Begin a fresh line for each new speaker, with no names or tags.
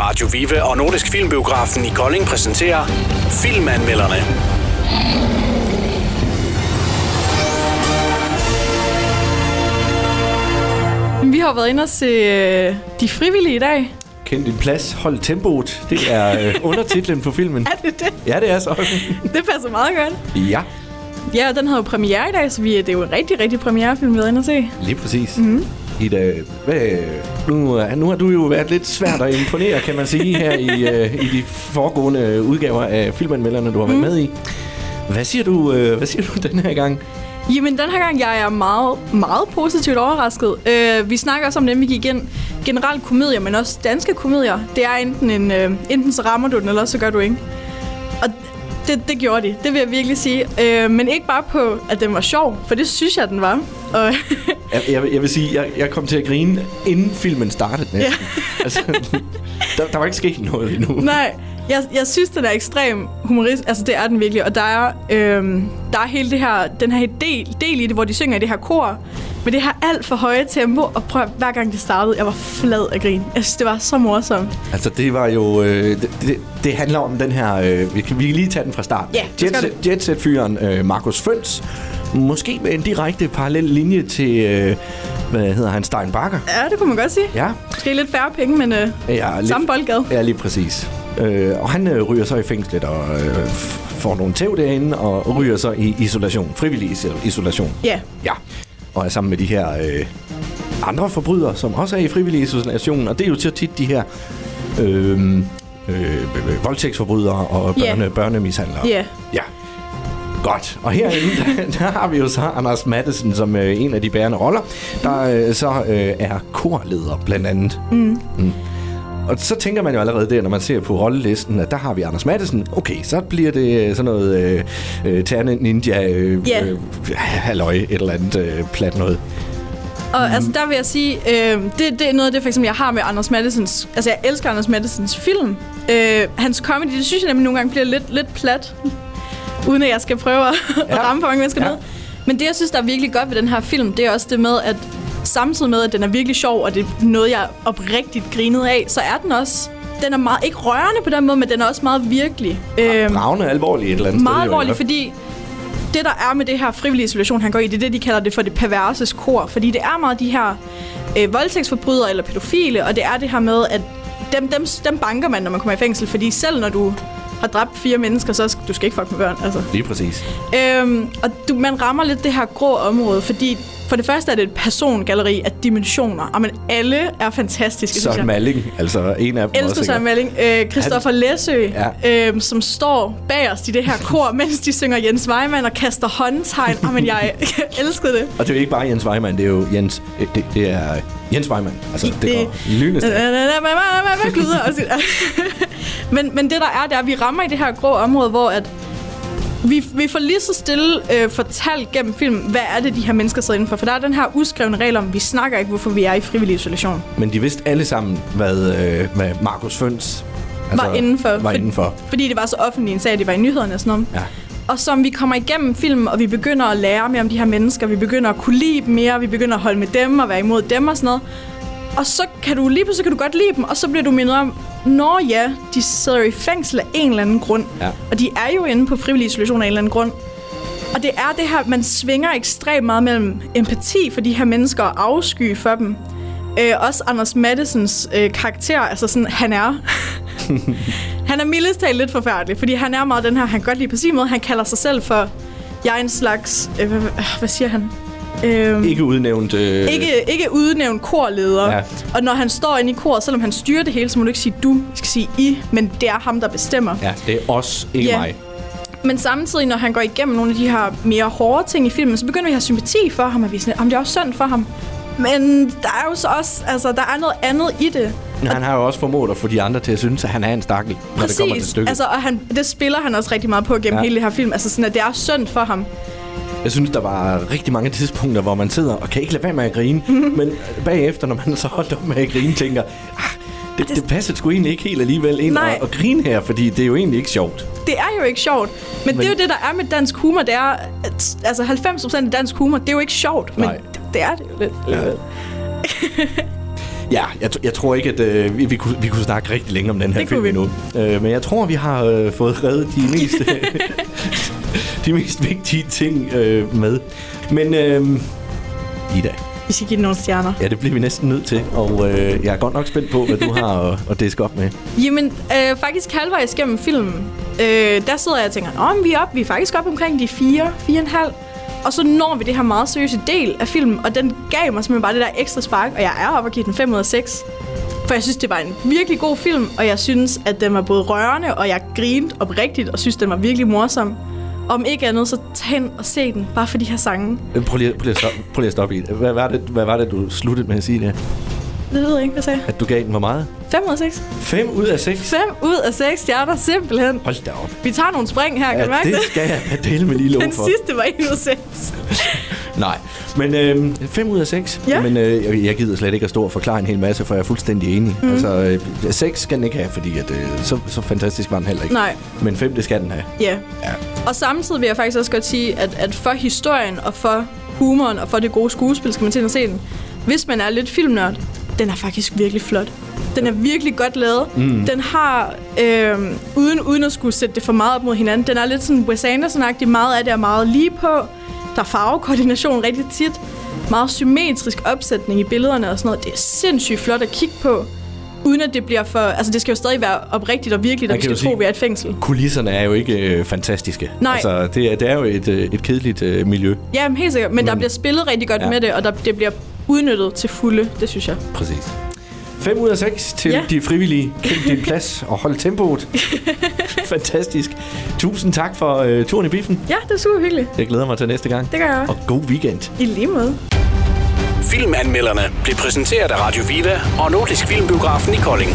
Radio Vive og Nordisk Filmbiografen i Kolding præsenterer Filmanmelderne.
Vi har jo været inde og se øh, De Frivillige i dag.
Kend din plads, hold tempoet. Det er øh, undertitlen på filmen.
Er det det?
Ja, det er så.
Det passer meget godt.
Ja,
Ja, og den havde jo premiere i dag, så vi, det er jo en rigtig, rigtig premierefilm, vi har været inde og se.
lige præcis. Mm-hmm. Ida, hvad, nu, er- nu har du jo været lidt svært at imponere, kan man sige, her i, øh, i de foregående udgaver af filmanmelderne, du har været mm. med i. Hvad siger du, øh, hvad siger du den her gang?
Jamen, den her gang, jeg er meget, meget positivt overrasket. Øh, vi snakker også om den, vi gik ind. Generelt komedier, men også danske komedier. Det er enten en, øh, enten så rammer du den, eller også så gør du ikke. Og det, det gjorde de. Det vil jeg virkelig sige. Øh, men ikke bare på, at den var sjov, for det synes jeg, den var. Og
Jeg, jeg, jeg vil sige, jeg, jeg kom til at grine, inden filmen startede næsten. Ja. altså, der, der var ikke sket noget endnu.
Nej, jeg, jeg synes, den er ekstrem humorist. Altså, det er den virkelig. Og der er, øhm, der er hele det her, den her del, del i det, hvor de synger i det her kor. Men det her alt for høje tempo. Og prøv, at- hver gang det startede, jeg var flad af grin. Jeg synes, det var så morsomt.
Altså, det var jo... Øh, det, det, det handler om den her... Øh, vi, kan, vi kan lige tage den fra start.
Ja, så skal
Jetset- Jetset-fyren øh, Markus Føns. Måske med en direkte parallel linje til... Øh, hvad hedder han? Stein Bakker.
Ja, det kunne man godt sige.
Ja.
Måske lidt færre penge, men øh,
ja lidt-
samme boldgade.
Ja, lige præcis. Øh, og han øh, ryger så i fængslet og øh, f- får nogle tæv derinde, og ryger så i isolation. Frivillig iso- isolation.
Ja.
Ja, og er sammen med de her øh, andre forbrydere, som også er i frivillig isolation. Og det er jo så tit de her øh, øh, øh, voldtægtsforbrydere og
Ja.
børne, yeah. børnemishandlere.
Ja.
Ja. Godt. Og herinde, der, der har vi jo så Anders Mattesen som øh, en af de bærende roller, der øh, så øh, er korleder blandt andet. Mm. Mm. Og så tænker man jo allerede der, når man ser på rollelisten, at der har vi Anders Mattesen. Okay, så bliver det øh, sådan noget øh, øh, Terne Ninja, øh,
Ja.
yeah. øh, halløj, et eller andet øh, plat noget.
Og altså, der vil jeg sige, øh, det, det er noget af det, for eksempel, jeg har med Anders Mattesens... Altså, jeg elsker Anders Mattesens film. Øh, hans comedy, det synes jeg nemlig nogle gange bliver lidt, lidt plat. Uden at jeg skal prøve at, ja. at ramme for mange mennesker
Ja.
ja. ned. Men det, jeg synes, der er virkelig godt ved den her film, det er også det med, at samtidig med, at den er virkelig sjov, og det er noget, jeg oprigtigt grinede af, så er den også... Den er meget, ikke rørende på den måde, men den er også meget virkelig. Øhm,
Bravende alvorlig et eller andet
meget
sted. jo,
alvorligt, fordi
ikke?
det, der er med det her frivillige isolation, han går i, det er det, de kalder det for det perverses kor. Fordi det er meget de her øh, voldtægtsforbrydere eller pædofile, og det er det her med, at dem, dem, dem banker man, når man kommer i fængsel. Fordi selv når du har dræbt fire mennesker, så skal, du skal ikke fuck med børn. Altså.
Lige præcis.
Øhm, og du, man rammer lidt det her grå område, fordi for det første er det et persongalleri af dimensioner, og men alle er fantastiske, synes
Søren
jeg
Malling, altså en af dem
elsker
også.
Søren
ikke?
Malling. Øh, Christoffer Læsø,
Ja.
ja. øh, som står bagerst i det her kor, mens de synger Jens Weimann og kaster håndtegn. Oh, men jeg elskede det.
Og det er jo ikke bare Jens Weimann, det er jo Jens, øh, det, det er Jens Weimann. Altså, det, det
Det-
går lynest.
Gluder og sit- men, men det der er, det er, at vi rammer i det her grå område, hvor at vi, vi får lige så stille øh, fortalt gennem film, hvad er det, de her mennesker sidder indenfor. For der er den her uskrevne regel om, vi snakker ikke, hvorfor vi er i frivillig isolation.
Men de vidste alle sammen, hvad, øh, hvad Markus Føns
var indenfor.
Altså, Var
For-
indenfor.
Fordi det var så offentlig en sag, det var i nyhederne og sådan noget.
Ja.
Og som vi kommer igennem filmen, og vi begynder at lære mere om de her mennesker, vi begynder at kunne lide dem mere, vi begynder at holde med dem og være imod dem og sådan noget. Og så kan du lige pludselig kan du godt lide dem, og så bliver du mindet om, når ja, de sidder i fængsel af en eller anden grund.
Ja.
Og de er jo inde på frivillig isolation af en eller anden grund. Og det er det her, man svinger ekstremt meget mellem empati for de her mennesker og afsky for dem. Øh, også Anders Mattesens øh, karakter, altså sådan, han er... han er mildest talt lidt forfærdelig, fordi han er meget den her, han kan godt lide på sin måde. Han kalder sig selv for, jeg er en slags... Øh, hvad, hvad siger han? Øh,
Ikke udnævnt... Øh,
ikke, ikke udnævnt korleder.
Ja.
Ja. Og når han står inde i koret, selvom han styrer det hele, så må du ikke sige du, du skal sige I, men det er ham, der bestemmer.
Ja, det er os, ikke
Ja.
mig.
Men samtidig, når han går igennem nogle af de her mere hårde ting i filmen, så begynder vi at have sympati for ham, og vi er sådan, om det er også synd for ham. Men der er jo så også, altså, der er noget andet i det.
Men han har jo også formået at få de andre til at synes, at han er en stakkel, når det kommer til stykket.
altså, og han, det spiller han også rigtig meget på gennem
Ja.
ja. hele det her film. Altså sådan, at det er synd for ham.
Jeg synes, der var rigtig mange tidspunkter, hvor man sidder og kan ikke lade være med at grine. men bagefter, når man så holdt op med at grine, tænker... Ah, det, det, passer sgu egentlig ikke helt alligevel ind
Nej.
og, og grine her, fordi det er jo egentlig ikke sjovt.
Det er jo ikke sjovt. Men, men det er jo det, der er med dansk humor. Det er, at, altså 90 procent af dansk humor, det er jo ikke sjovt. Men
Nej.
det, det er det jo lidt.
Ja. Ja, jeg, tr- jeg tror ikke, at øh, vi, vi, kunne, vi kunne snakke rigtig længe om den her
Det kunne
film
vi.
endnu. Øh, men jeg tror, vi har øh, fået reddet de mest, de mest vigtige ting øh, med. Men øh, Ida,
Vi skal give den nogle stjerner.
ja, det bliver vi næsten nødt til. Og øh, jeg er godt nok spændt på, hvad du har at, at diske op med.
Jamen, øh, faktisk halvvejs gennem filmen, øh, der sidder jeg og tænker, Nå, men vi er op, vi er faktisk op omkring de fire, fire og en halv. Og så når vi det her meget seriøse del af filmen, og den gav mig simpelthen bare det der ekstra spark, og jeg er oppe og giver den 5 ud af 6. For jeg synes, det var en virkelig god film, og jeg synes, at den var både rørende, og jeg grinte oprigtigt, og synes, den var virkelig morsom. Om ikke andet, så tag ind og se den, bare for de her sange.
Øh, Prøv lige, prøv lige, at, stoppe, prøv lige at stoppe i det. Hvad var det, hvad var det du sluttede med at sige der?
Det ved jeg ikke, hvad jeg sagde.
At du gav den hvor meget?
5 ud af 6.
5 ud af 6?
5 ud af 6 stjerner, simpelthen.
Hold da op.
Vi tager nogle spring her, kan
Ja,
du mærke
det skal jeg dele med lige lov
Den
for.
sidste var 1 ud af 6.
Nej, men øh, 5 ud af 6.
Ja.
Men øh, jeg- jeg gider slet ikke at stå og forklare en hel masse, for jeg er fuldstændig enig. Mm. Altså, 6 skal den ikke have, fordi at, øh, så, så fantastisk var den heller ikke.
Nej.
Men 5, det skal den have.
Ja.
Ja.
Og samtidig vil jeg faktisk også godt sige, at, at for historien og for humoren og for det gode skuespil, skal man til at se den. Hvis man er lidt filmnørd, den er faktisk virkelig flot. Den er virkelig godt lavet. Mm. Den har, øh, uden, uden at skulle sætte det for meget op mod hinanden, den er lidt sådan Wes Anderson-agtig. Meget af det er meget lige på. Der er farvekoordination rigtig tit. Meget symmetrisk opsætning i billederne og sådan noget. Det er sindssygt flot at kigge på. Uden at det bliver for... Altså, det skal jo stadig være oprigtigt og virkeligt,
Man
og vi
kan jo
skal tro,
sige-
vi er et fængsel.
Kulisserne er jo ikke øh, fantastiske.
Nej.
Altså, det, er- det er jo et, øh, et kedeligt øh, miljø.
Ja, men helt sikkert. Men, men der bliver spillet rigtig godt
Ja.
ja. med det, og der, det bliver udnyttet til fulde, det synes jeg.
Præcis. 5 ud af 6 til ja.
Ja.
de frivillige. Find din plads og hold tempoet. Fantastisk. Tusind tak for øh, turen i biffen.
Ja, det er super hyggeligt.
Jeg glæder mig til næste gang.
Det gør jeg
Og
også.
god weekend.
I lige måde.
Filmanmelderne blev præsenteret af Radio Viva og Nordisk Filmbiografen i Kolding.